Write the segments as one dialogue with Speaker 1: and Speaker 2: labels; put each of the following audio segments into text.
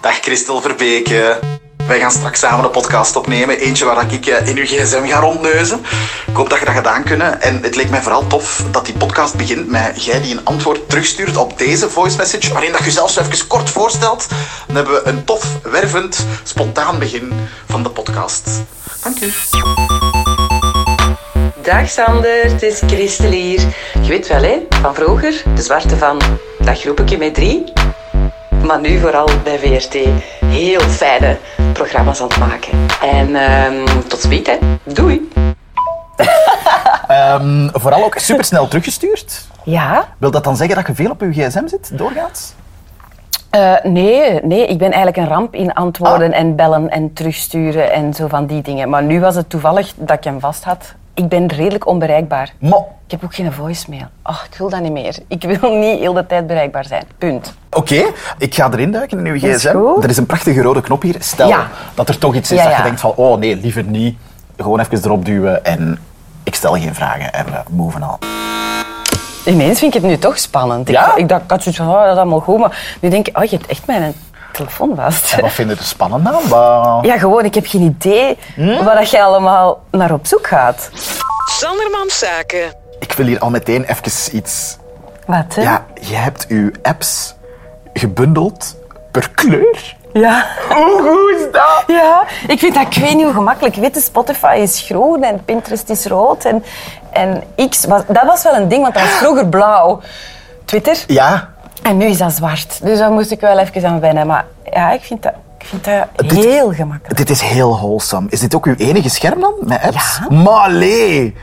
Speaker 1: Dag Christel Verbeke. Wij gaan straks samen een podcast opnemen. Eentje waar ik eh, in uw gsm ga rondneuzen. Ik hoop dat je dat gedaan kunnen. En het leek mij vooral tof dat die podcast begint met jij die een antwoord terugstuurt op deze voice message. Waarin dat je zelfs even kort voorstelt. Dan hebben we een tof, wervend, spontaan begin van de podcast. Dank u.
Speaker 2: Dag Sander, het is Christel hier. Je weet wel hè, van vroeger, de zwarte van dat groepje met drie. Maar nu vooral bij VRT heel fijne programma's aan het maken. En ehm, tot ziens hè. Doei.
Speaker 1: Ehm, vooral ook supersnel teruggestuurd.
Speaker 3: Ja,
Speaker 1: Wil dat dan zeggen dat je veel op uw gsm zit, doorgaans?
Speaker 3: eh, nee, nee, ik ben eigenlijk een ramp in antwoorden
Speaker 2: Oh.
Speaker 1: Ah.
Speaker 3: en bellen en terugsturen en zo van die dingen. Maar nu was het toevallig dat ik hem vast had. Ik ben redelijk onbereikbaar.
Speaker 1: Mo.
Speaker 3: Ik heb ook geen voicemail. Ach, ik wil dat niet meer. Ik wil niet heel de tijd bereikbaar zijn. Punt.
Speaker 1: Oké, ik ga erin duiken in uw
Speaker 3: is
Speaker 1: gsm.
Speaker 3: goed.
Speaker 1: Er is een prachtige rode knop hier. Stel
Speaker 3: Ja.
Speaker 1: dat er toch iets is
Speaker 3: Ja,
Speaker 1: dat je
Speaker 3: ja.
Speaker 1: denkt van, oh nee, liever niet. Gewoon even erop duwen en ik stel geen vragen en we moven al.
Speaker 3: Ineens vind ik het nu toch spannend. Ik-
Speaker 1: Ja?
Speaker 3: Ik, dacht, ik had zoiets van, oh, dat is allemaal goed. Maar nu denk ik, oh, je hebt echt mijn telefoon vast.
Speaker 1: En wat vinden er spannend aan? Wat-
Speaker 3: Ja, gewoon, ik heb geen idee
Speaker 1: Hmm?
Speaker 3: waar dat je allemaal naar op zoek gaat.
Speaker 4: Sandermans Zaken.
Speaker 1: Ik wil hier al meteen even iets.
Speaker 3: Wat, hè?
Speaker 1: Ja, je hebt uw apps gebundeld per kleur.
Speaker 3: ja.
Speaker 1: Oh, Hoe goed is dat?
Speaker 3: Ja, ik vind dat, ik weet niet hoe gemakkelijk. Witte Spotify is groen en Pinterest is rood. En, en X, was, dat was wel een ding, want dat was vroeger blauw. Twitter.
Speaker 1: Ja,
Speaker 3: En nu is dat zwart. Dus daar moest ik wel even aan wennen. Maar ja, ik vind dat, ik vind dat
Speaker 1: Dit-
Speaker 3: heel gemakkelijk.
Speaker 1: dit is heel wholesome. Is dit ook uw enige scherm dan, met apps?
Speaker 3: Ja.
Speaker 1: Maar allee,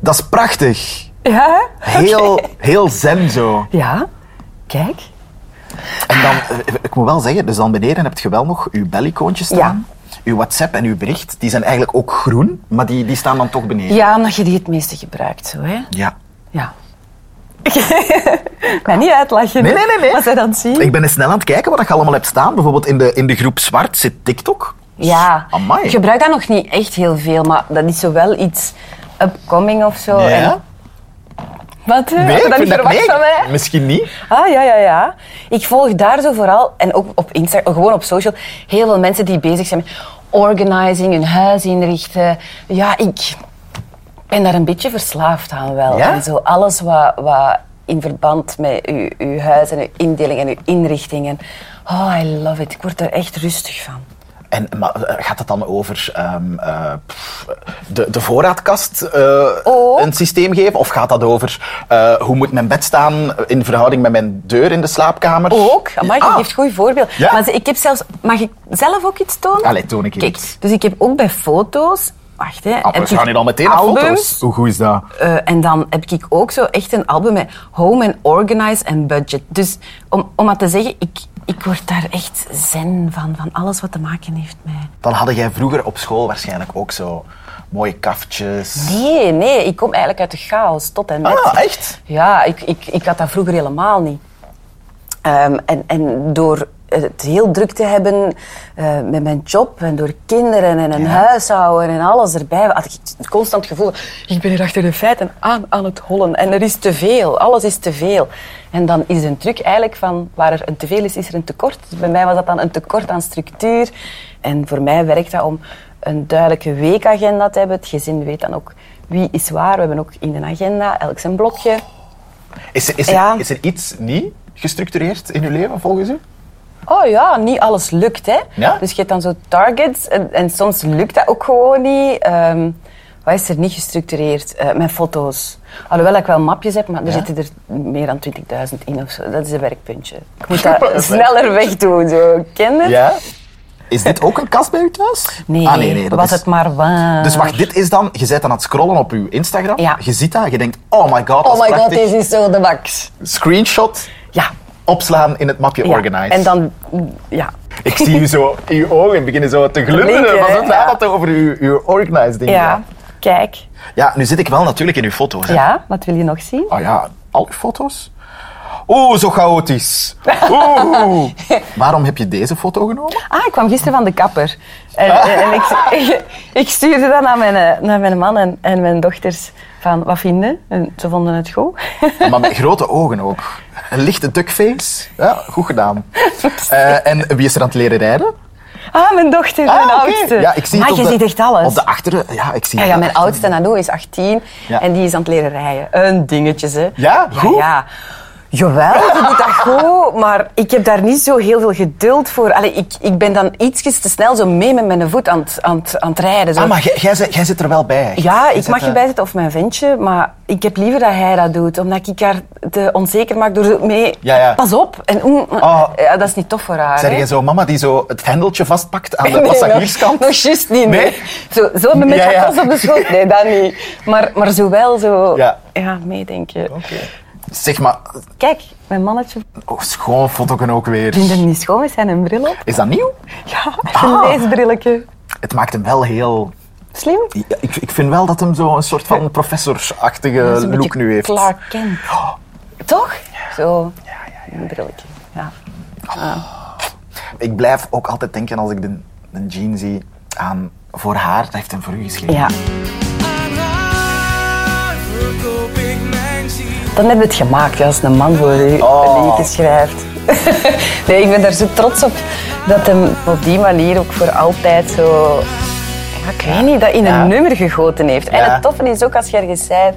Speaker 1: dat is prachtig.
Speaker 3: Ja?
Speaker 1: Heel,
Speaker 3: Oké.
Speaker 1: heel zen zo.
Speaker 3: Ja, kijk.
Speaker 1: En dan, eh, ik moet wel zeggen, dus dan beneden heb je wel nog uw bellicoontjes staan. Uw WhatsApp en uw bericht, die zijn eigenlijk ook groen, maar die, die staan dan toch beneden.
Speaker 3: Ja, omdat je die het meeste gebruikt, zo hè?
Speaker 1: Ja.
Speaker 3: Ja. Mij niet uitlachen.
Speaker 1: Nee,
Speaker 3: hè.
Speaker 1: nee, nee, nee.
Speaker 3: Wat zij dan zien.
Speaker 1: Ik ben eens snel aan het kijken wat je allemaal hebt staan. Bijvoorbeeld in de, in de groep zwart zit TikTok.
Speaker 3: Ja,
Speaker 1: Amai.
Speaker 3: ik gebruik dat nog niet echt heel veel, maar dat is zo wel iets upcoming of zo.
Speaker 1: Ja.
Speaker 3: En- Wat? hè?
Speaker 1: Nee,
Speaker 3: Had je
Speaker 1: ik
Speaker 3: dat
Speaker 1: vind
Speaker 3: niet
Speaker 1: dat,
Speaker 3: verwacht
Speaker 1: nee,
Speaker 3: van mij?
Speaker 1: Misschien niet.
Speaker 3: Ah, ja, ja, ja. Ik volg daar zo vooral, en ook op Instagram, gewoon op social, heel veel mensen die bezig zijn met organizing, hun huis inrichten. Ja, ik ben daar een beetje verslaafd aan wel.
Speaker 1: Ja?
Speaker 3: En zo alles wat, wat in verband met uw, uw huis en uw indeling en uw inrichting. En, oh, I love it. Ik word er echt rustig van.
Speaker 1: En, maar eh, gaat het dan over ehm, eh, pff, de, de voorraadkast eh,
Speaker 3: Oh.
Speaker 1: een systeem geven? Of gaat dat over eh, hoe moet mijn bed staan in verhouding met mijn deur in de slaapkamer?
Speaker 3: Ook, maar je
Speaker 1: Ah.
Speaker 3: geeft goed voorbeeld.
Speaker 1: Ja.
Speaker 3: Maar ze- ik heb zelfs, mag ik zelf ook iets tonen?
Speaker 1: Allee, toon ik
Speaker 3: Kijk,
Speaker 1: iets.
Speaker 3: dus ik heb ook bij foto's. Wacht, hè.
Speaker 1: Ah,
Speaker 3: heb
Speaker 1: we
Speaker 3: ik
Speaker 1: gaan hier al meteen naar
Speaker 3: albums,
Speaker 1: foto's. Hoe goed is dat?
Speaker 3: eh, en dan heb ik ook zo echt een album met home and organize en budget. Dus om, om maar te zeggen, ik, ik word daar echt zen van, van alles wat te maken heeft met...
Speaker 1: Dan hadden jij vroeger op school waarschijnlijk ook zo mooie kaftjes.
Speaker 3: Nee, nee, ik kom eigenlijk uit de chaos, tot en met.
Speaker 1: Ah, echt?
Speaker 3: Ja, ik, ik, ik had dat vroeger helemaal niet. Ehm, en, en door het heel druk te hebben eh, met mijn job en door kinderen en een
Speaker 1: Ja.
Speaker 3: huishouden en alles erbij, had ik het constant gevoel, ik ben hier achter de feiten aan aan het hollen en er is te veel, alles is te veel. En dan is een truc eigenlijk van waar er een te veel is, is er een tekort. Dus bij mij was dat dan een tekort aan structuur. En voor mij werkt dat om een duidelijke weekagenda te hebben. Het gezin weet dan ook wie is waar. We hebben ook in een agenda elk zijn blokje.
Speaker 1: Is er, is, er,
Speaker 3: Ja.
Speaker 1: is er iets niet gestructureerd in je leven volgens u?
Speaker 3: Oh ja, niet alles lukt, hè.
Speaker 1: Ja?
Speaker 3: Dus je hebt dan zo targets en, en soms lukt dat ook gewoon niet. Ehm, wat is er niet gestructureerd? Eh, mijn foto's. Alhoewel ik wel mapjes heb, maar er
Speaker 1: Ja?
Speaker 3: zitten er meer dan 20.000 in of zo. Dat is een werkpuntje. Ik moet dat sneller wegdoen, zo. Ken je het?
Speaker 1: Ja. Is dit ook een kast bij u thuis?
Speaker 3: Nee,
Speaker 1: Ah, nee, nee dat
Speaker 3: was
Speaker 1: is-
Speaker 3: het maar waar.
Speaker 1: Dus wacht, dit is dan, je bent dan aan het scrollen op uw Instagram.
Speaker 3: Ja.
Speaker 1: Je ziet dat, je denkt, oh my god, dat
Speaker 3: Oh
Speaker 1: is
Speaker 3: my god,
Speaker 1: prachtig.
Speaker 3: deze is zo de max.
Speaker 1: Screenshot,
Speaker 3: Ja.
Speaker 1: opslaan in het mapje
Speaker 3: ja.
Speaker 1: Organize.
Speaker 3: En dan, ja.
Speaker 1: Ik zie u zo, uw ogen beginnen zo te
Speaker 3: blinken,
Speaker 1: glunderen. Wat
Speaker 3: hè?
Speaker 1: het gaat
Speaker 3: Ja.
Speaker 1: dat over uw, uw Organize ding?
Speaker 3: Ja. Kijk.
Speaker 1: ja, nu zit ik wel natuurlijk in uw foto's. hè.
Speaker 3: Ja, wat wil je nog zien?
Speaker 1: Oh ja, al uw foto's? Oeh, zo chaotisch. Oeh. Waarom heb je deze foto genomen?
Speaker 3: Ah, ik kwam gisteren van de kapper. En, en- en ik, ik, ik stuurde dat naar mijn, eh, naar mijn man en, en mijn dochters. Van, wat vinden? En ze vonden het goed.
Speaker 1: Maar met grote ogen ook. Een lichte duckface. Ja, goed gedaan. Eh, en wie is er aan het leren rijden?
Speaker 3: Ah, mijn dochter, mijn
Speaker 1: oké.
Speaker 3: oudste.
Speaker 1: Ja, ik zie
Speaker 3: maar
Speaker 1: het op
Speaker 3: je
Speaker 1: de,
Speaker 3: ziet echt alles. Ah,
Speaker 1: Op de achteren. Ja, ik zie het
Speaker 3: Ja, ja,
Speaker 1: op de
Speaker 3: mijn
Speaker 1: achteren.
Speaker 3: oudste Nano is 18
Speaker 1: Ja.
Speaker 3: en die is aan het leren rijden. Een dingetje, hè.
Speaker 1: Ja? Goed?
Speaker 3: Ja, ja. Jawel, je doet dat goed, maar ik heb daar niet zo heel veel geduld voor. Allee, ik, ik ben dan ietsjes te snel zo mee met mijn voet aan het, aan het, aan het rijden. Zo.
Speaker 1: Ah, maar jij- jij zit- jij zit er wel bij. echt.
Speaker 3: Ja,
Speaker 1: Jij
Speaker 3: ik
Speaker 1: zit,
Speaker 3: mag
Speaker 1: eh,
Speaker 3: erbij zitten of mijn ventje, maar ik heb liever dat hij dat doet, omdat ik haar te onzeker maak door zo mee.
Speaker 1: Ja, ja.
Speaker 3: Pas op. En, oeh,
Speaker 1: Oh.
Speaker 3: ja, dat is niet tof voor haar.
Speaker 1: Zeg
Speaker 3: hè.
Speaker 1: jij zo mama die zo het hendeltje vastpakt aan de
Speaker 3: Nee,
Speaker 1: passagierskant?
Speaker 3: nog, nog juist niet. Nee.
Speaker 1: Nee?
Speaker 3: Zo, zo met
Speaker 1: Ja,
Speaker 3: haar
Speaker 1: ja.
Speaker 3: pas op de schoot. Nee, dat niet. Maar, maar zo wel zo.
Speaker 1: Ja.
Speaker 3: Ja, meedenken.
Speaker 1: Oké. Zeg maar,
Speaker 3: Kijk, mijn mannetje
Speaker 1: oh, schoon fotoken ook weer.
Speaker 3: vindt hem niet schoon met zijn bril op.
Speaker 1: Is dat nieuw?
Speaker 3: Ja, hij heeft een
Speaker 1: Ah.
Speaker 3: leesbrilletje.
Speaker 1: Het maakt hem wel heel...
Speaker 3: Slim.
Speaker 1: Ja, Ik, ik vind wel dat hem zo een soort van
Speaker 3: Dat is
Speaker 1: professorachtige
Speaker 3: een
Speaker 1: look
Speaker 3: beetje
Speaker 1: nu heeft. Oh.
Speaker 3: Clark Kent. Toch? Zo, een brilletje. Ja.
Speaker 1: Ik blijf ook altijd denken als ik de, de Jean zie aan voor haar, dat heeft hem voor u geschreven.
Speaker 3: ja.
Speaker 4: Aan haar verkoop ik mijn ziel.
Speaker 3: Dan hebben we het gemaakt ja, als een man voor u
Speaker 1: Oh.
Speaker 3: een liedje schrijft. nee, ik ben daar zo trots op dat hem op die manier ook voor altijd zo... Ja, ik weet niet, dat in een
Speaker 1: Ja.
Speaker 3: nummer gegoten heeft. En
Speaker 1: Ja.
Speaker 3: het toffe is ook als je ergens bent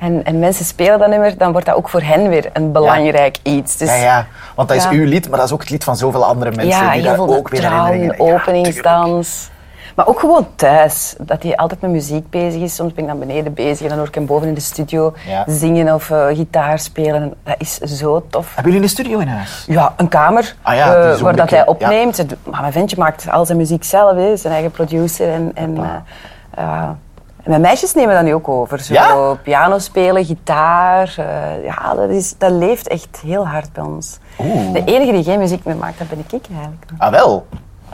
Speaker 3: en, en mensen spelen dat nummer, dan wordt dat ook voor hen weer een belangrijk iets. Dus,
Speaker 1: Ja, ja, want dat is
Speaker 3: Ja.
Speaker 1: uw lied, maar dat is ook het lied van zoveel andere mensen
Speaker 3: ja,
Speaker 1: die
Speaker 3: heel
Speaker 1: daar
Speaker 3: veel
Speaker 1: ook weer herinneringen
Speaker 3: trouwen,
Speaker 1: Ja, tuurlijk.
Speaker 3: openingsdans. maar ook gewoon thuis, dat hij altijd met muziek bezig is. Soms ben ik dan beneden bezig en dan hoor ik hem boven in de studio
Speaker 1: Ja.
Speaker 3: zingen of eh, gitaar spelen. Dat is zo tof.
Speaker 1: Hebben jullie een studio in huis?
Speaker 3: Ja, een kamer
Speaker 1: Ah ja,
Speaker 3: eh,
Speaker 1: die is ook
Speaker 3: waar dat
Speaker 1: bekend,
Speaker 3: hij
Speaker 1: ja.
Speaker 3: opneemt. Het- Maar mijn ventje maakt al zijn muziek zelf, hè, zijn eigen producer. En, en, eh, eh, en mijn meisjes nemen dat nu ook over. Zo
Speaker 1: Ja?
Speaker 3: piano spelen, gitaar. eh, ja, dat, is, dat leeft echt heel hard bij ons.
Speaker 1: Oeh.
Speaker 3: De enige die geen muziek meer maakt, dat ben ik eigenlijk.
Speaker 1: Ah wel.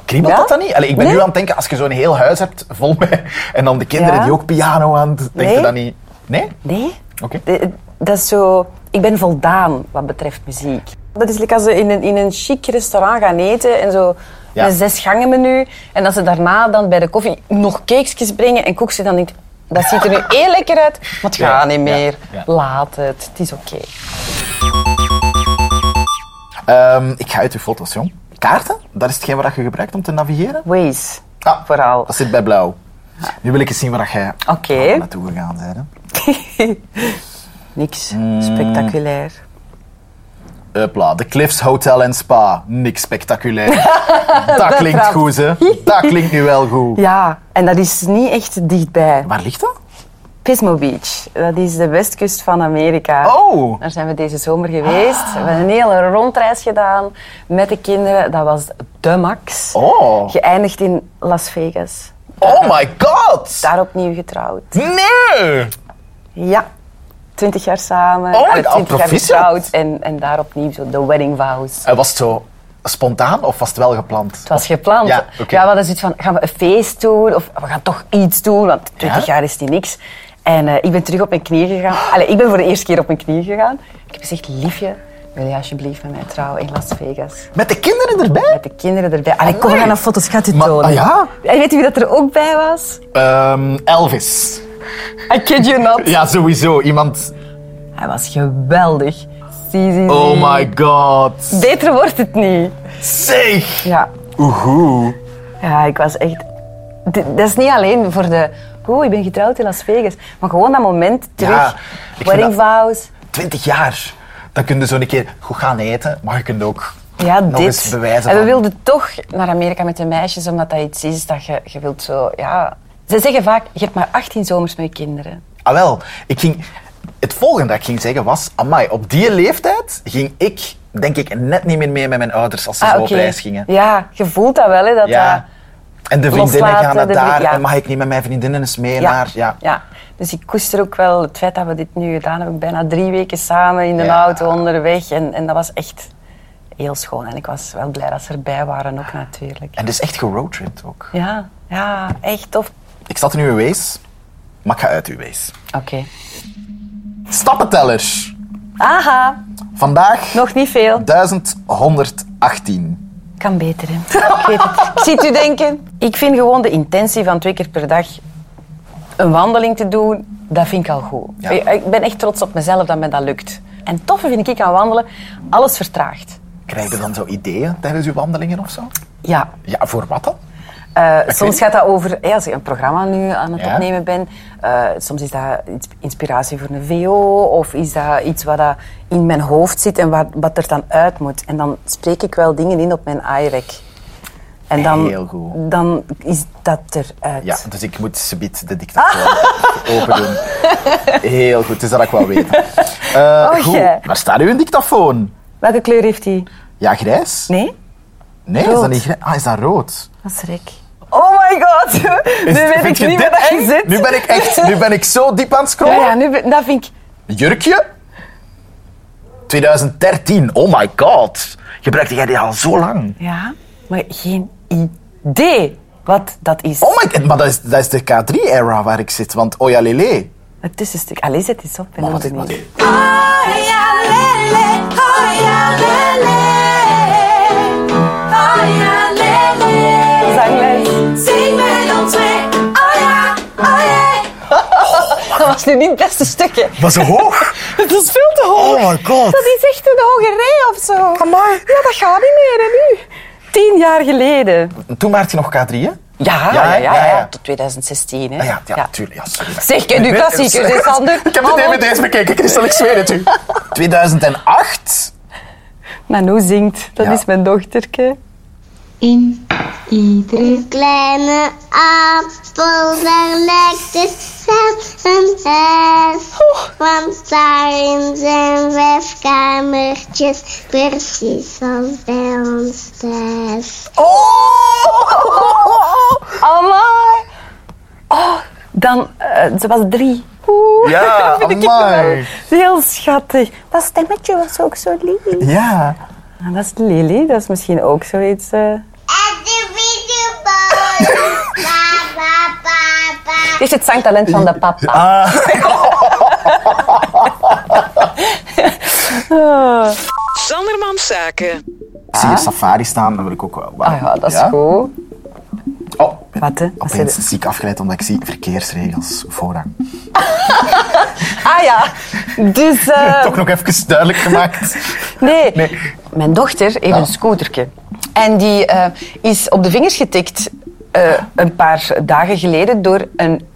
Speaker 1: Kriebelt
Speaker 3: Ja?
Speaker 1: dat dan niet? Allee, ik ben
Speaker 3: Nee.
Speaker 1: nu aan het denken, als je zo'n heel huis hebt vol met... En dan de kinderen
Speaker 3: Ja.
Speaker 1: die ook piano aan... het- Denk je
Speaker 3: Nee.
Speaker 1: dat niet? Nee?
Speaker 3: Nee.
Speaker 1: Oké.
Speaker 3: De- dat is zo... Ik ben voldaan wat betreft muziek. Dat is like als ze in een, in een chic restaurant gaan eten en zo...
Speaker 1: Ja.
Speaker 3: Een zes gangen menu. En dat ze daarna dan bij de koffie nog cakesjes brengen en kook ze dan niet... Dat ziet er nu heel lekker uit, maar het
Speaker 1: Ja,
Speaker 3: gaat niet
Speaker 1: ja,
Speaker 3: meer.
Speaker 1: ja.
Speaker 3: Laat het. Het is oké.
Speaker 1: Ehm, ik ga uit uw foto's, jong. Kaarten, dat is hetgeen wat je gebruikt om te navigeren?
Speaker 3: Waze.
Speaker 1: Ah,
Speaker 3: Vooral.
Speaker 1: Dat zit bij blauw. Nu wil ik eens zien waar jij
Speaker 3: Oké.
Speaker 1: waar naartoe gegaan bent. hè.
Speaker 3: Niks
Speaker 1: Mm.
Speaker 3: spectaculair.
Speaker 1: Hupla, de Cliffs Hotel en Spa. Niks spectaculair. dat klinkt
Speaker 3: Betrapt.
Speaker 1: goed, hè? Dat klinkt nu wel goed.
Speaker 3: Ja, en dat is niet echt dichtbij.
Speaker 1: Waar ligt dat?
Speaker 3: Pismo Beach, dat is de westkust van Amerika.
Speaker 1: Oh!
Speaker 3: Daar zijn we deze zomer geweest. We hebben een hele rondreis gedaan met de kinderen. Dat was de max.
Speaker 1: Oh!
Speaker 3: Geëindigd in Las Vegas.
Speaker 1: Oh my god!
Speaker 3: Daar opnieuw getrouwd.
Speaker 1: Nee!
Speaker 3: Ja. Twintig jaar samen.
Speaker 1: Oh my
Speaker 3: Allee,
Speaker 1: God,
Speaker 3: twintig jaar
Speaker 1: proficiat.
Speaker 3: getrouwd. En, en daar opnieuw zo de wedding vows.
Speaker 1: En was het zo spontaan of was het wel gepland?
Speaker 3: Het was gepland.
Speaker 1: Ja, oké.
Speaker 3: we hadden zoiets van, gaan we een feest doen? Of we gaan toch iets doen, want 20
Speaker 1: Ja?
Speaker 3: jaar is die niks. En eh, ik ben terug op mijn knieën gegaan. Allee, ik ben voor de eerste keer op mijn knieën gegaan. Ik heb gezegd, liefje, wil je alsjeblieft met mij trouwen in Las Vegas?
Speaker 1: Met de kinderen erbij?
Speaker 3: Met de kinderen erbij. Allee, kom, we gaan een foto's gaat u
Speaker 1: Maar-
Speaker 3: tonen.
Speaker 1: ah, ja?
Speaker 3: En weet u wie dat er ook bij was?
Speaker 1: Ehm, Elvis.
Speaker 3: I kid you not.
Speaker 1: Ja, sowieso. Iemand...
Speaker 3: Hij was geweldig. Zie, zie, zie.
Speaker 1: Oh my god.
Speaker 3: Beter wordt het niet.
Speaker 1: Zeg!
Speaker 3: Ja,
Speaker 1: Oehoe.
Speaker 3: Ja, ik was echt... D- Dat is niet alleen voor de... Oh, ik ben getrouwd in Las Vegas. Maar gewoon dat moment terug.
Speaker 1: Ja, ik vind
Speaker 3: wedding
Speaker 1: dat-
Speaker 3: vows.
Speaker 1: 20 jaar. Dan kun je zo een keer goed gaan eten, maar je kunt ook
Speaker 3: Ja,
Speaker 1: nog
Speaker 3: dit.
Speaker 1: eens bewijzen.
Speaker 3: en we
Speaker 1: van-
Speaker 3: wilden toch naar Amerika met de meisjes, omdat dat iets is dat je, je wilt zo... Ja. Ze zeggen vaak, je hebt maar 18 zomers met je kinderen.
Speaker 1: Ah wel, ik ging... Het volgende dat ik ging zeggen was... Amai, op die leeftijd ging ik, denk ik, net niet meer mee met mijn ouders als ze zo op
Speaker 3: Ah, oké.
Speaker 1: reis gingen.
Speaker 3: Ja, je voelt dat wel, hè. Dat dat-
Speaker 1: Ja. En de vriendinnen
Speaker 3: Loslaten,
Speaker 1: gaan naar
Speaker 3: de vri-
Speaker 1: daar
Speaker 3: ja.
Speaker 1: en mag ik niet met mijn vriendinnen eens mee naar... Ja.
Speaker 3: Dus ik koester ook wel het feit dat we dit nu gedaan hebben. Bijna drie weken samen in de
Speaker 1: Ja.
Speaker 3: auto onderweg. En, en dat was echt heel schoon. En ik was wel blij dat ze erbij waren ook natuurlijk.
Speaker 1: En dus echt geroadtript ook.
Speaker 3: Ja, ja echt tof.
Speaker 1: Ik zat in uw wees, maar ik ga uit uw wees.
Speaker 3: Oké.
Speaker 1: Stappenteller.
Speaker 3: Aha,
Speaker 1: Vandaag
Speaker 3: nog niet veel.
Speaker 1: 1118.
Speaker 3: Kan beter, hè. ik weet het. Ik zie het u denken. Ik vind gewoon de intentie van twee keer per dag een wandeling te doen, dat vind ik al goed.
Speaker 1: Ja.
Speaker 3: Ik ik ben echt trots op mezelf dat me dat lukt. En toffe vind ik aan wandelen, alles vertraagt.
Speaker 1: Krijg je dan zo ideeën tijdens uw wandelingen of zo?
Speaker 3: Ja,
Speaker 1: Ja, voor wat dan?
Speaker 3: Eh, Soms gaat dat over, ja, als ik een programma nu aan het
Speaker 1: Ja.
Speaker 3: opnemen ben, eh, soms is dat iets- inspiratie voor een VO of is dat iets wat dat in mijn hoofd zit en wat, wat er dan uit moet. En dan spreek ik wel dingen in op mijn iRec. En dan,
Speaker 1: Heel goed.
Speaker 3: dan is dat eruit.
Speaker 1: Ja, dus ik moet subiet de dictator open doen. Heel goed, dus dat ik wel weet. Eh,
Speaker 3: Och, hè.
Speaker 1: goed, waar staat uw dictafoon?
Speaker 3: Welke kleur heeft die?
Speaker 1: Ja, grijs?
Speaker 3: Nee?
Speaker 1: Nee, is
Speaker 3: rood.
Speaker 1: dat niet grijs? Ah, is dat rood?
Speaker 3: Dat is rek. Oh my god! nu weet
Speaker 1: Vind
Speaker 3: ik
Speaker 1: je
Speaker 3: niet
Speaker 1: dit
Speaker 3: waar dat in
Speaker 1: ging?
Speaker 3: zit.
Speaker 1: Nu ben ik echt, nu ben ik zo diep aan het
Speaker 3: Ja,
Speaker 1: scrollen.
Speaker 3: ja nu, ben- dat vind ik...
Speaker 1: Jurkje? 2013, oh my god. Gebruikte jij die al zo lang?
Speaker 3: Ja, maar geen idee wat dat is.
Speaker 1: Oh my god, maar dat is, dat is de K3-era waar ik zit, want oja lele.
Speaker 3: Het tussenstuk. Allee, zet iets op. Ik ben
Speaker 1: Maar Oh, wat
Speaker 3: heel
Speaker 1: is- wat
Speaker 3: benieuwd. Zangles. Dat is nu niet het beste stukje.
Speaker 1: Was zo hoog?
Speaker 3: Dat is veel te hoog.
Speaker 1: Oh my god.
Speaker 3: Dat is echt een hoge rij of zo. Ja, dat gaat niet meer hè, nu. Tien jaar geleden.
Speaker 1: Toen maakte je nog K3, hè?
Speaker 3: Ja,
Speaker 1: Ja,
Speaker 3: ja, ja,
Speaker 1: hè?
Speaker 3: ja,
Speaker 1: Ja, ja.
Speaker 3: tot 2016. Hè.
Speaker 1: Ah ja, ja, tuurlijk. Ja, sorry.
Speaker 3: Zeg, ken je
Speaker 1: Ik weet-
Speaker 3: klassiekers, hè, Sander?
Speaker 1: Ik heb de
Speaker 3: Hallo.
Speaker 1: dvd's bekeken, Christel, ik zweer het u. 2008?
Speaker 3: Nano zingt. Dat
Speaker 1: Ja.
Speaker 3: is mijn dochterke.
Speaker 5: In iedere kleine appel, daar lijkt het zelfs een huis. Want daarin zijn vijf kamertjes, precies als bij ons thuis.
Speaker 1: Oh!
Speaker 3: Oh! Amai. Oh, dan... eh, ze was drie. Oeh,
Speaker 1: Ja,
Speaker 3: dat vind ik
Speaker 1: amai.
Speaker 3: wel Heel schattig. Dat stemmetje was ook zo lief.
Speaker 1: Ja.
Speaker 3: En dat is Lily. Dat is misschien ook zoiets... eh.
Speaker 5: En de videobal! Papa, papa!
Speaker 3: Het is het zangtalent van de papa.
Speaker 6: Sanderman Zaken.
Speaker 1: Ik zie hier safari staan, dat wil ik ook wel.
Speaker 3: Ah ja, dat is goed.
Speaker 1: Oh, ik ben
Speaker 3: Wat, hè? Wat zei
Speaker 1: opeens ziek afgeleid omdat ik zie verkeersregels voorrang.
Speaker 3: Ah ja, dus... eh,
Speaker 1: Toch nog even duidelijk gemaakt.
Speaker 3: nee. mijn dochter heeft een scootertje. En die eh, is op de vingers getikt eh, een paar dagen geleden door een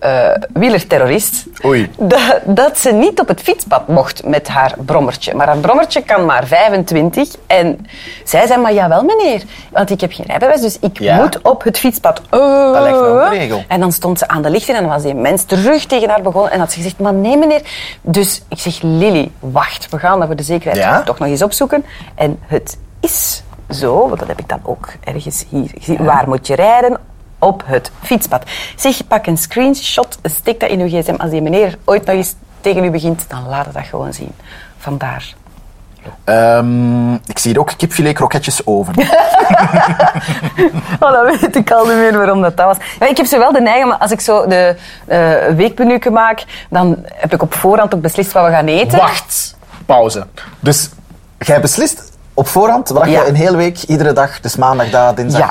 Speaker 3: eh, wielerterrorist.
Speaker 1: Oei.
Speaker 3: Dat, dat ze niet op het fietspad mocht met haar brommertje. Maar haar brommertje kan maar 25. En zij zei, maar jawel meneer, want ik heb geen rijbewijs, dus ik
Speaker 1: Ja.
Speaker 3: moet op het fietspad. Eh,
Speaker 1: Dat lijkt me wel een regel.
Speaker 3: En dan stond ze aan de lichten en dan was die mens terug tegen haar begonnen en had ze gezegd, maar nee meneer. Dus ik zeg, Lily, wacht, we gaan dat voor de zekerheid
Speaker 1: Ja?
Speaker 3: toch nog eens opzoeken. En het is zo, want dat heb ik dan ook ergens hier gezien. Waar moet je rijden? Op het fietspad. Zeg, pak een screenshot, steek dat in uw gsm. Als die meneer ooit nog eens tegen u begint, dan laat het dat gewoon zien. Vandaar.
Speaker 1: Ehm, ik zie hier ook kipfilet kroketjes oven.
Speaker 3: Oh, dan weet ik al niet meer waarom dat, dat was. Ja, ik heb zo wel de neiging, maar als ik zo de eh weekmenuken maak, dan heb ik op voorhand ook beslist wat we gaan eten.
Speaker 1: Wacht. Pauze. Dus jij beslist op voorhand wat
Speaker 3: Ja.
Speaker 1: je een hele week, iedere dag, dus maandag daar, dinsdag.
Speaker 3: Ja.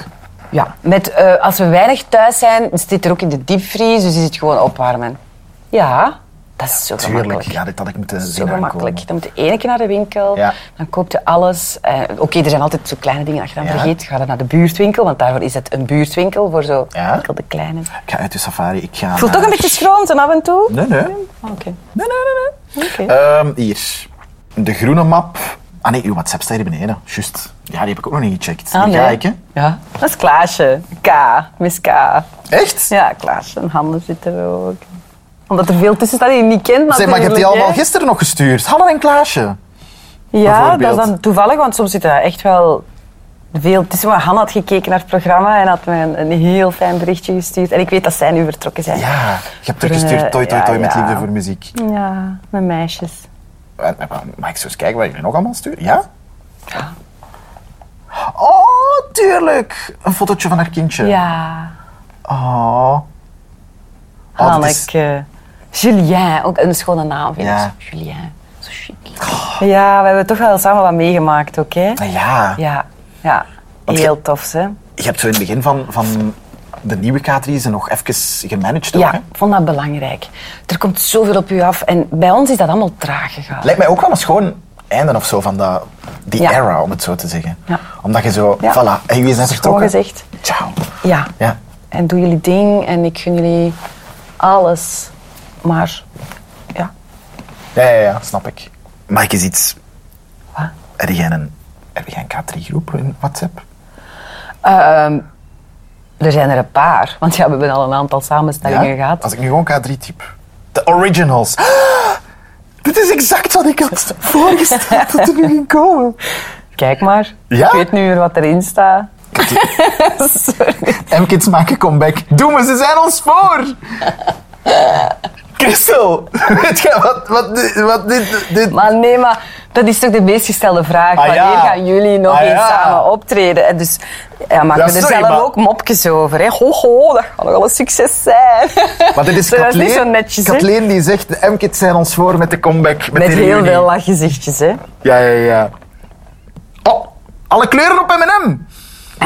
Speaker 3: ja. Met, eh, als we weinig thuis zijn, zit dit er ook in de diepvries, dus is het gewoon opwarmen. Ja, dat is zo
Speaker 1: Tuurlijk,
Speaker 3: gemakkelijk.
Speaker 1: ja, dit had ik moeten
Speaker 3: Zo
Speaker 1: zien
Speaker 3: gemakkelijk.
Speaker 1: aankomen.
Speaker 3: Dan moet je één keer naar de winkel,
Speaker 1: Ja.
Speaker 3: dan koop je alles. Eh, Oké, er zijn altijd zo kleine dingen dat je dan
Speaker 1: Ja.
Speaker 3: vergeet. Ga dan naar de buurtwinkel, want daarvoor is het een buurtwinkel voor zo
Speaker 1: Ja.
Speaker 3: enkel de kleine. Ik
Speaker 1: Ik ga uit de safari, ik ga...
Speaker 3: voel
Speaker 1: naar-
Speaker 3: toch een beetje schroomte af en toe.
Speaker 1: Nee, nee.
Speaker 3: Oké.
Speaker 1: Nee, nee, nee, nee.
Speaker 3: Oké.
Speaker 1: Ehm, hier. De groene map. Ah nee, uw WhatsApp staat hier beneden. Juist. Ja, die heb ik ook nog niet gecheckt.
Speaker 3: Ah,
Speaker 1: Die
Speaker 3: nee.
Speaker 1: ga ik, hè.
Speaker 3: Ja. Dat is Klaasje. K. Miss K.
Speaker 1: Echt?
Speaker 3: Ja, Klaasje. En handen zitten er ook. Omdat er veel tussen staat die je niet kent,
Speaker 1: Zeg, maar je hebt die
Speaker 3: natuurlijk,
Speaker 1: allemaal
Speaker 3: hè.
Speaker 1: gisteren nog gestuurd. Hanne en Klaasje.
Speaker 3: Ja, dat
Speaker 1: bijvoorbeeld.
Speaker 3: is dan toevallig, want soms zit daar echt wel veel tussen. Maar Han had gekeken naar het programma en had mij een, een heel fijn berichtje gestuurd. En ik weet dat zij nu vertrokken zijn.
Speaker 1: Ja, je hebt
Speaker 3: Voor, eh,
Speaker 1: teruggestuurd. Toi, toi,
Speaker 3: ja,
Speaker 1: toi, met
Speaker 3: ja.
Speaker 1: liefde voor muziek.
Speaker 3: Ja, mijn meisjes.
Speaker 1: En- en- en- Mag ik zo eens kijken wat jullie nog allemaal sturen? Ja? Oh, tuurlijk. Een fotootje van haar kindje.
Speaker 3: Ja,
Speaker 1: Oh. Oh,
Speaker 3: Ah,
Speaker 1: dat is-
Speaker 3: Hanneke. Julien, ook een schone naam vind ik.
Speaker 1: Ja. Oh.
Speaker 3: Zo, Julien, zo chic. Ja, we hebben toch wel samen wat meegemaakt
Speaker 1: Ah,
Speaker 3: ook, hè?
Speaker 1: Ja.
Speaker 3: Ja, ja.
Speaker 1: Want
Speaker 3: Heel tof, hè?
Speaker 1: Je hebt zo in het begin van, van de nieuwe K3 is er nog even gemanaged ook,
Speaker 3: Ja,
Speaker 1: hè?
Speaker 3: ik vond dat belangrijk. Er komt zoveel op u af en bij ons is dat allemaal traag gegaan.
Speaker 1: Lijkt mij ook wel een schoon einde of zo van dat, die
Speaker 3: Ja.
Speaker 1: era, om het zo te zeggen.
Speaker 3: Ja.
Speaker 1: Omdat je zo,
Speaker 3: Ja.
Speaker 1: voilà, en jullie zijn
Speaker 3: Schoon
Speaker 1: vertrokken.
Speaker 3: gezegd.
Speaker 1: Ciao.
Speaker 3: Ja.
Speaker 1: Ja.
Speaker 3: En doe jullie ding en ik gun jullie alles. Maar ja,
Speaker 1: Ja, ja, ja, snap ik. Mag ik eens iets... Heb jij een, heb jij een K3-groep in WhatsApp?
Speaker 3: Ehm, er zijn er een paar, want ja, we hebben al een aantal samenstellingen gehad.
Speaker 1: Als ik nu gewoon K3 typ. De originals. Dit is exact wat ik had voorgesteld dat er nu ging komen.
Speaker 3: Kijk maar,
Speaker 1: Ja?
Speaker 3: ik weet nu weer wat erin staat. Sorry.
Speaker 1: M-kids maken comeback. Doe me, ze zijn ons voor! Christel, weet je wat, wat, dit- wat dit, dit...
Speaker 3: Maar nee, maar dat is toch de meest gestelde vraag.
Speaker 1: Ah,
Speaker 3: Wanneer
Speaker 1: ja.
Speaker 3: gaan jullie nog
Speaker 1: Ah,
Speaker 3: eens
Speaker 1: ja.
Speaker 3: samen optreden? En dus ja, maken
Speaker 1: Ja,
Speaker 3: we er
Speaker 1: sorry,
Speaker 3: zelf
Speaker 1: maar-
Speaker 3: ook mopjes over. Hè? Ho, ho, dat gaat nog wel een succes zijn.
Speaker 1: Maar dit is
Speaker 3: Zo, dat is
Speaker 1: Kathleen,
Speaker 3: niet zo netjes, hè?
Speaker 1: Kathleen die zegt, de M-kids zijn ons voor met de comeback. Met,
Speaker 3: Met
Speaker 1: de
Speaker 3: heel
Speaker 1: reunie.
Speaker 3: veel lachgezichtjes, hè.
Speaker 1: Ja, ja, ja. Oh, alle kleuren op M&M.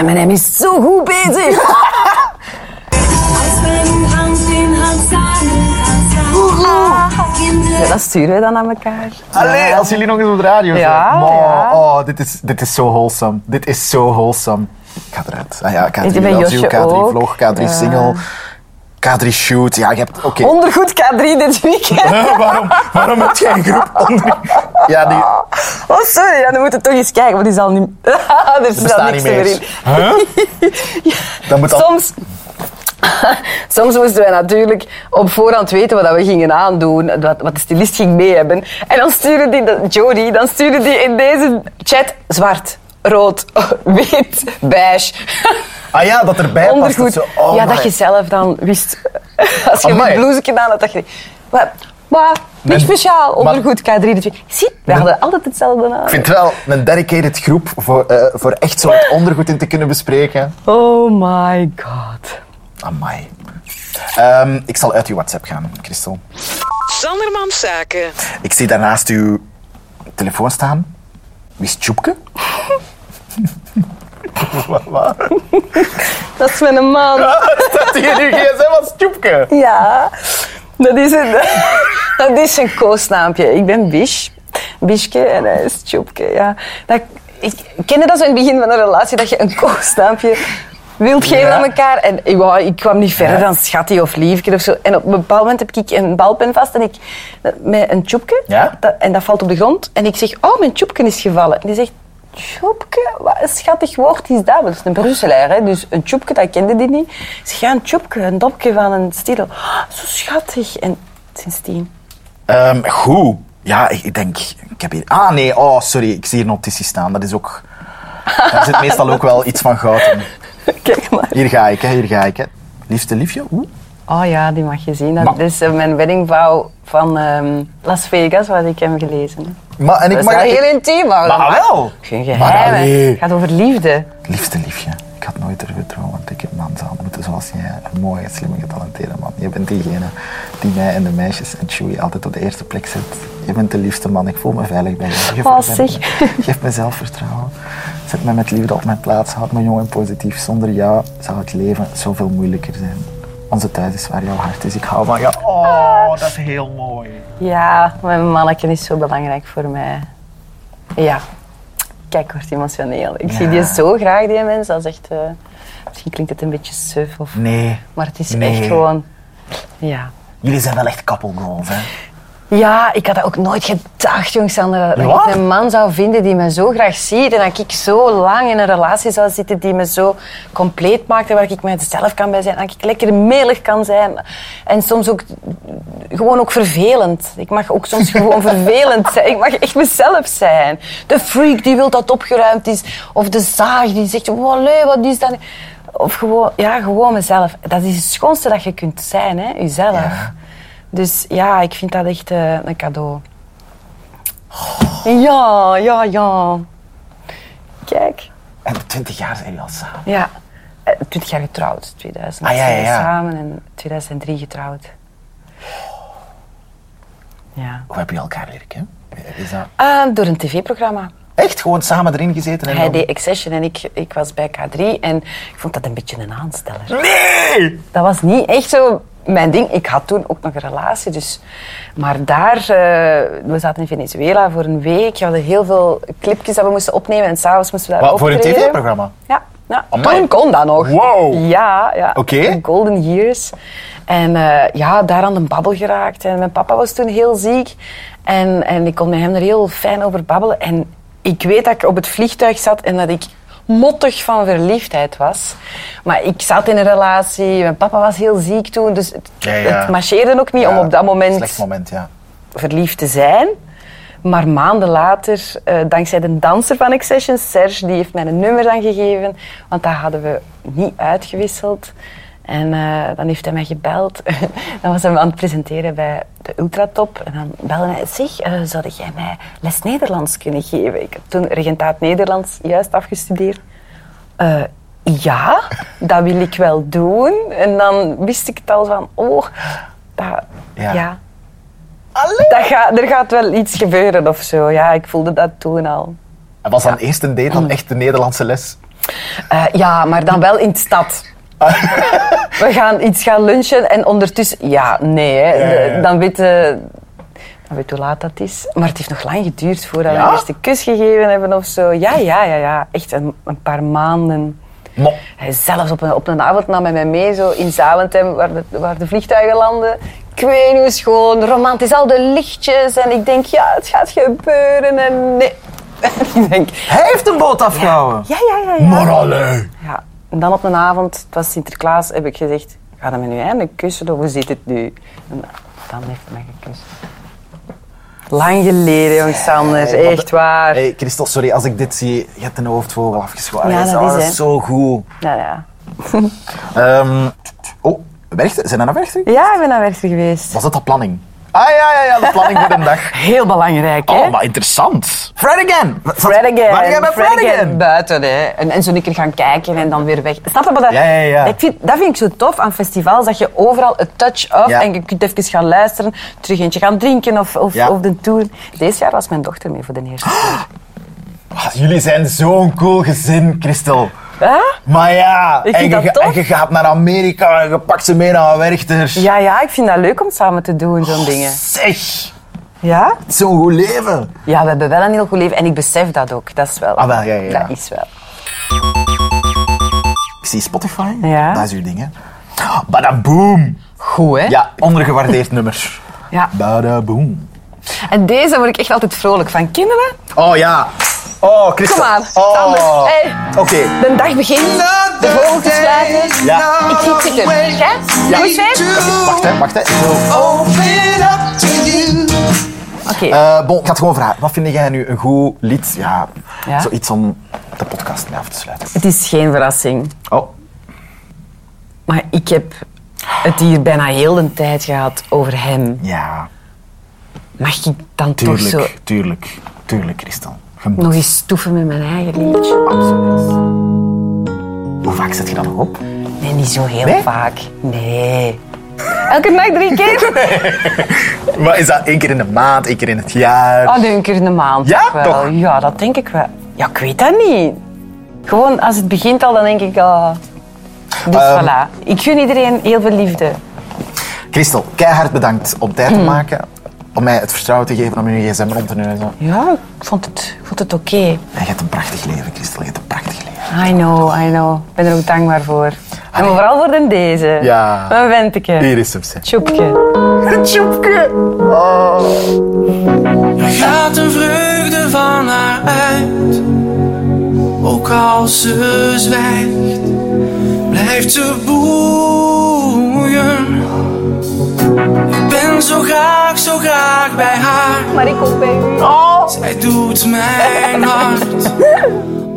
Speaker 3: M&M is zo goed bezig. Ja, dat sturen wij dan aan elkaar.
Speaker 1: Allee, als jullie nog eens op de radio
Speaker 3: Ja,
Speaker 1: zijn. Maar,
Speaker 3: ja.
Speaker 1: Oh, dit is, dit is zo wholesome. Dit is zo wholesome. Ik ga eruit. Ah ja, K3
Speaker 3: Ik ben
Speaker 1: Loves You,
Speaker 3: Josje
Speaker 1: K3
Speaker 3: ook.
Speaker 1: Vlog, K3
Speaker 3: Ja.
Speaker 1: Single, K3 Shoot. Ja, je hebt... Oké.
Speaker 3: Ondergoed K3 dit weekend.
Speaker 1: waarom, waarom heb jij een groep onder... Ja, die
Speaker 3: Oh, sorry, ja, dan moeten we toch eens kijken, want die zal niet... er staat
Speaker 1: bestaan
Speaker 3: niks
Speaker 1: niet meer.
Speaker 3: meer in.
Speaker 1: Huh? Dat moet al...
Speaker 3: Soms, soms moesten wij natuurlijk op voorhand weten wat we gingen aandoen, wat, wat de stylist ging mee hebben. En dan stuurde die, dat- Jody, dan stuurde die in deze chat zwart, rood, wit, beige.
Speaker 1: Ah ja, dat erbij past.
Speaker 3: Ondergoed.
Speaker 1: Dat zo, oh,
Speaker 3: ja,
Speaker 1: my.
Speaker 3: dat je zelf dan wist. Als je
Speaker 1: Amai.
Speaker 3: een blouse gedaan had, dacht je... Maar, maar
Speaker 1: Maar-
Speaker 3: niks speciaal,
Speaker 1: maar-
Speaker 3: ondergoed K3. Dus, zie, we hadden altijd hetzelfde aan.
Speaker 1: Ik vind wel een dedicated groep voor, eh, voor echt zo het ondergoed in te kunnen bespreken.
Speaker 3: Oh my god.
Speaker 1: Amai. Ehm, ik zal uit uw WhatsApp gaan, Christel.
Speaker 6: Sanderman Zaken.
Speaker 1: Ik zie daarnaast uw telefoon staan. Wie is Tjoepke?
Speaker 3: Dat is mijn man.
Speaker 1: Staat hier uw gsm als Tjoepke?
Speaker 3: Ja, dat is een, dat is een koosnaampje. Ik ben Bish. Bishke en hij is Tjoepke. Ja. Dat, ik kende dat zo in het begin van een relatie, dat je een koosnaampje wilt geven
Speaker 1: Ja.
Speaker 3: aan elkaar. En ik, wou- ik kwam niet verder
Speaker 1: Ja.
Speaker 3: dan schattie of liefje of zo. En op een bepaald moment heb ik een balpen vast en ik met een Tjoepke.
Speaker 1: Ja.
Speaker 3: dat- en dat valt op de grond. En ik zeg, oh, mijn Tjoepke is gevallen. En die zegt... Tjoepke, wat een schattig woord is dat? Want Dat is een Brusselaar, hè? dus een tjoepke, dat kende die niet. Ze zegt, ja, een tjoepke, een dopje van een stilo. Oh, zo schattig. En sindsdien.
Speaker 1: Ehm, goed. Ja, ik, ik denk... Ik heb hier... Ah, nee. Oh, sorry. Ik zie hier een notitie staan. Dat is ook... Daar zit meestal ook wel iets van goud in.
Speaker 3: Kijk maar.
Speaker 1: Hier ga ik, hè. Hier ga ik, hè. Liefste liefje. Oeh.
Speaker 3: Oh ja, die mag je zien.
Speaker 1: Maar-
Speaker 3: Dat is eh, mijn weddingvouw van ehm, Las Vegas, wat ik heb gelezen. hè.
Speaker 1: Maar, en ik
Speaker 3: Dat is
Speaker 1: mag...
Speaker 3: wel heel intiem, houden.
Speaker 1: Maar wel.
Speaker 3: Geen
Speaker 1: Maar
Speaker 3: geheim, hè.
Speaker 1: allee.
Speaker 3: Het gaat over liefde.
Speaker 1: Liefste liefje. Ik had nooit ervan dromen, want ik een man zou moeten zoals jij. Een mooie, slimme, getalenteerde man. Je bent diegene die mij en de meisjes en Chewie altijd op de eerste plek zet. Je bent de liefste man. Ik voel me veilig bij je. je.
Speaker 3: Oh,
Speaker 1: verbindt
Speaker 3: zeg.
Speaker 1: me. Geef me zelfvertrouwen. Zet me met liefde op mijn plaats. Houd me jong en positief. Zonder jou zou het leven zoveel moeilijker zijn. Onze thuis is waar jouw hart is. Ik hou van jou. Oh, dat is heel mooi.
Speaker 3: Ja, mijn manneke is zo belangrijk voor mij. Ja. Kijk, wordt emotioneel. Ik zie die zo graag, die mensen. Dat is echt... eh, misschien klinkt het een beetje suf, of,
Speaker 1: Nee,
Speaker 3: maar het is
Speaker 1: Nee.
Speaker 3: echt gewoon... Ja.
Speaker 1: jullie zijn wel echt couple goals, hè?
Speaker 3: Ja, ik had dat ook nooit gedacht, jong Sandra. Dat
Speaker 1: Wat?
Speaker 3: ik een man zou vinden die me zo graag ziet. En dat ik zo lang in een relatie zou zitten die me zo compleet maakt. en Waar ik mezelf kan bij zijn. Dat ik lekker melig kan zijn. En soms ook gewoon ook vervelend. Ik mag ook soms gewoon vervelend zijn. Ik mag echt mezelf zijn. De freak die wil dat het opgeruimd is. Of de zaag die zegt, "Wallee, wat is dat? nu?" Of gewoon, ja, gewoon mezelf. Dat is het schoonste dat je kunt zijn, hè? jezelf.
Speaker 1: Ja.
Speaker 3: Dus ja, ik vind dat echt eh, een cadeau. Ja, ja, ja. Kijk.
Speaker 1: En 20 jaar zijn jullie al samen.
Speaker 3: Ja. Eh, 20 jaar getrouwd, 2000.
Speaker 1: Ah, ja, ja, ja.
Speaker 3: Samen en 2003 getrouwd. Ja.
Speaker 1: Oh. Hoe hebben jullie elkaar leren kennen? Is dat...
Speaker 3: Eh, door Ah, een tv-programma.
Speaker 1: Echt gewoon samen erin gezeten? En
Speaker 3: Hij
Speaker 1: dan-
Speaker 3: deed Accession en ik, ik was bij K3 en ik vond dat een beetje een aansteller.
Speaker 1: Nee!
Speaker 3: Dat was niet echt zo mijn ding. Ik had toen ook nog een relatie. Dus. Maar daar, eh, we zaten in Venezuela voor een week. We hadden heel veel clipjes dat we moesten opnemen en s'avonds moesten we daar
Speaker 1: Wat, voor een
Speaker 3: optreden.
Speaker 1: tv-programma?
Speaker 3: Ja, ja.
Speaker 1: Amai.
Speaker 3: toen kon dat nog.
Speaker 1: Wow.
Speaker 3: Ja, ja.
Speaker 1: Oké.
Speaker 3: Golden Years. En eh, ja, daar aan de babbel geraakt. En mijn papa was toen heel ziek. En, en ik kon met hem er heel fijn over babbelen. En ik weet dat ik op het vliegtuig zat en dat ik mottig van verliefdheid was. Maar ik zat in een relatie, mijn papa was heel ziek toen, dus het,
Speaker 1: Ja, ja.
Speaker 3: het marcheerde ook niet om
Speaker 1: Ja,
Speaker 3: op dat
Speaker 1: Slecht moment, ja.
Speaker 3: verliefd te zijn. Maar maanden later, eh, dankzij de danser van Accession, Serge, die heeft mij een nummer dan gegeven. Want dat hadden we niet uitgewisseld. En eh, dan heeft hij mij gebeld. dan was hij me aan het presenteren bij de Ultratop. En dan belde hij, zeg, eh, zou jij mij les Nederlands kunnen geven? Ik had toen regentaat Nederlands juist afgestudeerd. Eh, ja, dat wil ik wel doen. En dan wist ik het al van, oh, dat,
Speaker 1: Ja.
Speaker 3: ja, dat gaat, er gaat wel iets gebeuren of zo. Ja, ik voelde dat toen al.
Speaker 1: En was dan eerst een date
Speaker 3: Mm.
Speaker 1: dan echt de Nederlandse les?
Speaker 3: Eh, ja, maar dan wel in de stad. We gaan iets gaan lunchen en ondertussen... Ja, nee, hè.
Speaker 1: Ja, ja, ja.
Speaker 3: dan weet je... Dan weet je hoe laat dat is. Maar het heeft nog lang geduurd voordat we
Speaker 1: Ja?
Speaker 3: de eerste kus gegeven hebben of zo. Ja, ja, ja, ja. Echt een, een paar maanden.
Speaker 1: Mo.
Speaker 3: Hij zelfs op een, op een avond nam hij mij mee, zo in Zaventem, waar de, waar de vliegtuigen landen. Ik weet niet, schoon, romantisch, al de lichtjes. En ik denk, ja, het gaat gebeuren. En nee. ik denk,
Speaker 1: Hij heeft een boot afgehouden!
Speaker 3: ja, ja, ja, ja.
Speaker 1: Maar allee.
Speaker 3: Ja. En dan op een avond, het was Sinterklaas, heb ik gezegd, ga dat me nu eindelijk kussen? of Hoe zit het nu? En dan heeft hij mij gekust. Lang geleden, jong Sander.
Speaker 1: Hey, wat-
Speaker 3: Echt waar.
Speaker 1: Hey, Christel, sorry als ik dit zie. Je hebt een hoofdvogel afgeschoten.
Speaker 3: Ja, dat is, hè.
Speaker 1: zo goed.
Speaker 3: Ja, ja.
Speaker 1: Ehm, oh, Werchter. Zijn we naar Werchter?
Speaker 3: ja, ik ben naar Werchter geweest.
Speaker 1: Was dat dat planning? Ah ja, ja, ja, de planning voor een dag.
Speaker 3: Heel belangrijk, hè?
Speaker 1: Oh, maar interessant. Fred again. Wat- wat-
Speaker 3: Fred again.
Speaker 1: Waar ga jij bij Fred, again?
Speaker 3: Buiten, hè. En, en zo een keer gaan kijken en dan weer weg. Snap je wat dat...
Speaker 1: Ja, ja, ja.
Speaker 3: Ik vind, dat vind ik zo tof aan festivals, dat je overal een touch of
Speaker 1: Ja.
Speaker 3: en je kunt even gaan luisteren, terug eentje gaan drinken of, of,
Speaker 1: Ja.
Speaker 3: of de tour. Deze jaar was mijn dochter mee voor de eerste keer.
Speaker 1: Ah, Jullie zijn zo'n cool gezin, Christel.
Speaker 3: Hè?
Speaker 1: Maar ja,
Speaker 3: Ik
Speaker 1: en,
Speaker 3: vind
Speaker 1: je,
Speaker 3: dat
Speaker 1: ga-
Speaker 3: tof.
Speaker 1: en je gaat naar Amerika en je pakt ze mee naar Werchter.
Speaker 3: Ja, ja, ik vind dat leuk om samen te doen,
Speaker 1: Oh,
Speaker 3: zo'n dingen.
Speaker 1: Zeg,
Speaker 3: Ja?
Speaker 1: zo'n goed leven.
Speaker 3: Ja, we hebben wel een heel goed leven en ik besef dat ook. Dat is wel.
Speaker 1: Ah, wel, ja, ja, ja.
Speaker 3: Dat is wel.
Speaker 1: Ik zie Spotify.
Speaker 3: Ja.
Speaker 1: Dat is uw ding, hè. Badaboom.
Speaker 3: Goed, hè?
Speaker 1: Ja, ondergewaardeerd nummer.
Speaker 3: Ja.
Speaker 1: Badaboom.
Speaker 3: En deze word ik echt altijd vrolijk van. Kinderen,
Speaker 1: Oh ja. Oh, Christel.
Speaker 3: Kom aan,
Speaker 1: Oh.
Speaker 3: Sander. Hey.
Speaker 1: Oké.
Speaker 3: de dag begint, de vogeltjes fluiten.
Speaker 1: Ja.
Speaker 3: dus. Ik zie het zitten. Hè?
Speaker 1: Ja.
Speaker 3: Goed, Sven?
Speaker 1: Wacht, hè. Wacht, hè. Ik wil-
Speaker 3: Oké.
Speaker 1: Eh, bon, ik had gewoon vragen. Wat vind jij nu een goed lied? Ja,
Speaker 3: Ja?
Speaker 1: zoiets om de podcast mee af te sluiten.
Speaker 3: Het is geen verrassing,
Speaker 1: Oh.
Speaker 3: maar ik heb het hier bijna heel de tijd gehad over hem.
Speaker 1: Ja,
Speaker 3: Mag ik dan
Speaker 1: tuurlijk,
Speaker 3: toch zo
Speaker 1: tuurlijk, tuurlijk, Christel. Je moet-
Speaker 3: nog eens stoeven met mijn eigen liedje?
Speaker 1: Absoluut. Hoe vaak zet je dat nog op?
Speaker 3: Nee, niet zo heel
Speaker 1: Nee?
Speaker 3: vaak. Nee. Elke nacht drie keer?
Speaker 1: Maar is dat één keer in de maand, één keer in het jaar?
Speaker 3: Ah, nee, een keer in de maand
Speaker 1: Ja,
Speaker 3: toch wel.
Speaker 1: toch?
Speaker 3: Ja, dat denk ik wel. Ja, ik weet dat niet. Gewoon, als het begint al, dan denk ik... ah. Dus
Speaker 1: Ehm.
Speaker 3: voilà. Ik gun iedereen heel veel liefde.
Speaker 1: Christel, keihard bedankt om tijd te maken. Om mij het vertrouwen te geven om in je gsm rond te neuzen.
Speaker 3: Ja, ik vond het, ik vond het oké.
Speaker 1: En je hebt een prachtig leven, Christel. Je hebt een prachtig leven.
Speaker 3: I know, I know. Ik ben er ook dankbaar voor. En
Speaker 1: Allee.
Speaker 3: vooral voor den deze.
Speaker 1: Ja.
Speaker 3: Mijn wenteke.
Speaker 1: Hier is hem, zeg.
Speaker 3: Tjoepke.
Speaker 1: Tjoepke.
Speaker 4: Gaat een vreugde van haar uit, ook als ze zwijgt, blijft ze boeien. Ik ben zo graag, zo graag bij haar.
Speaker 3: Oh. Maar ik ook bij u.
Speaker 4: Zij doet mijn hart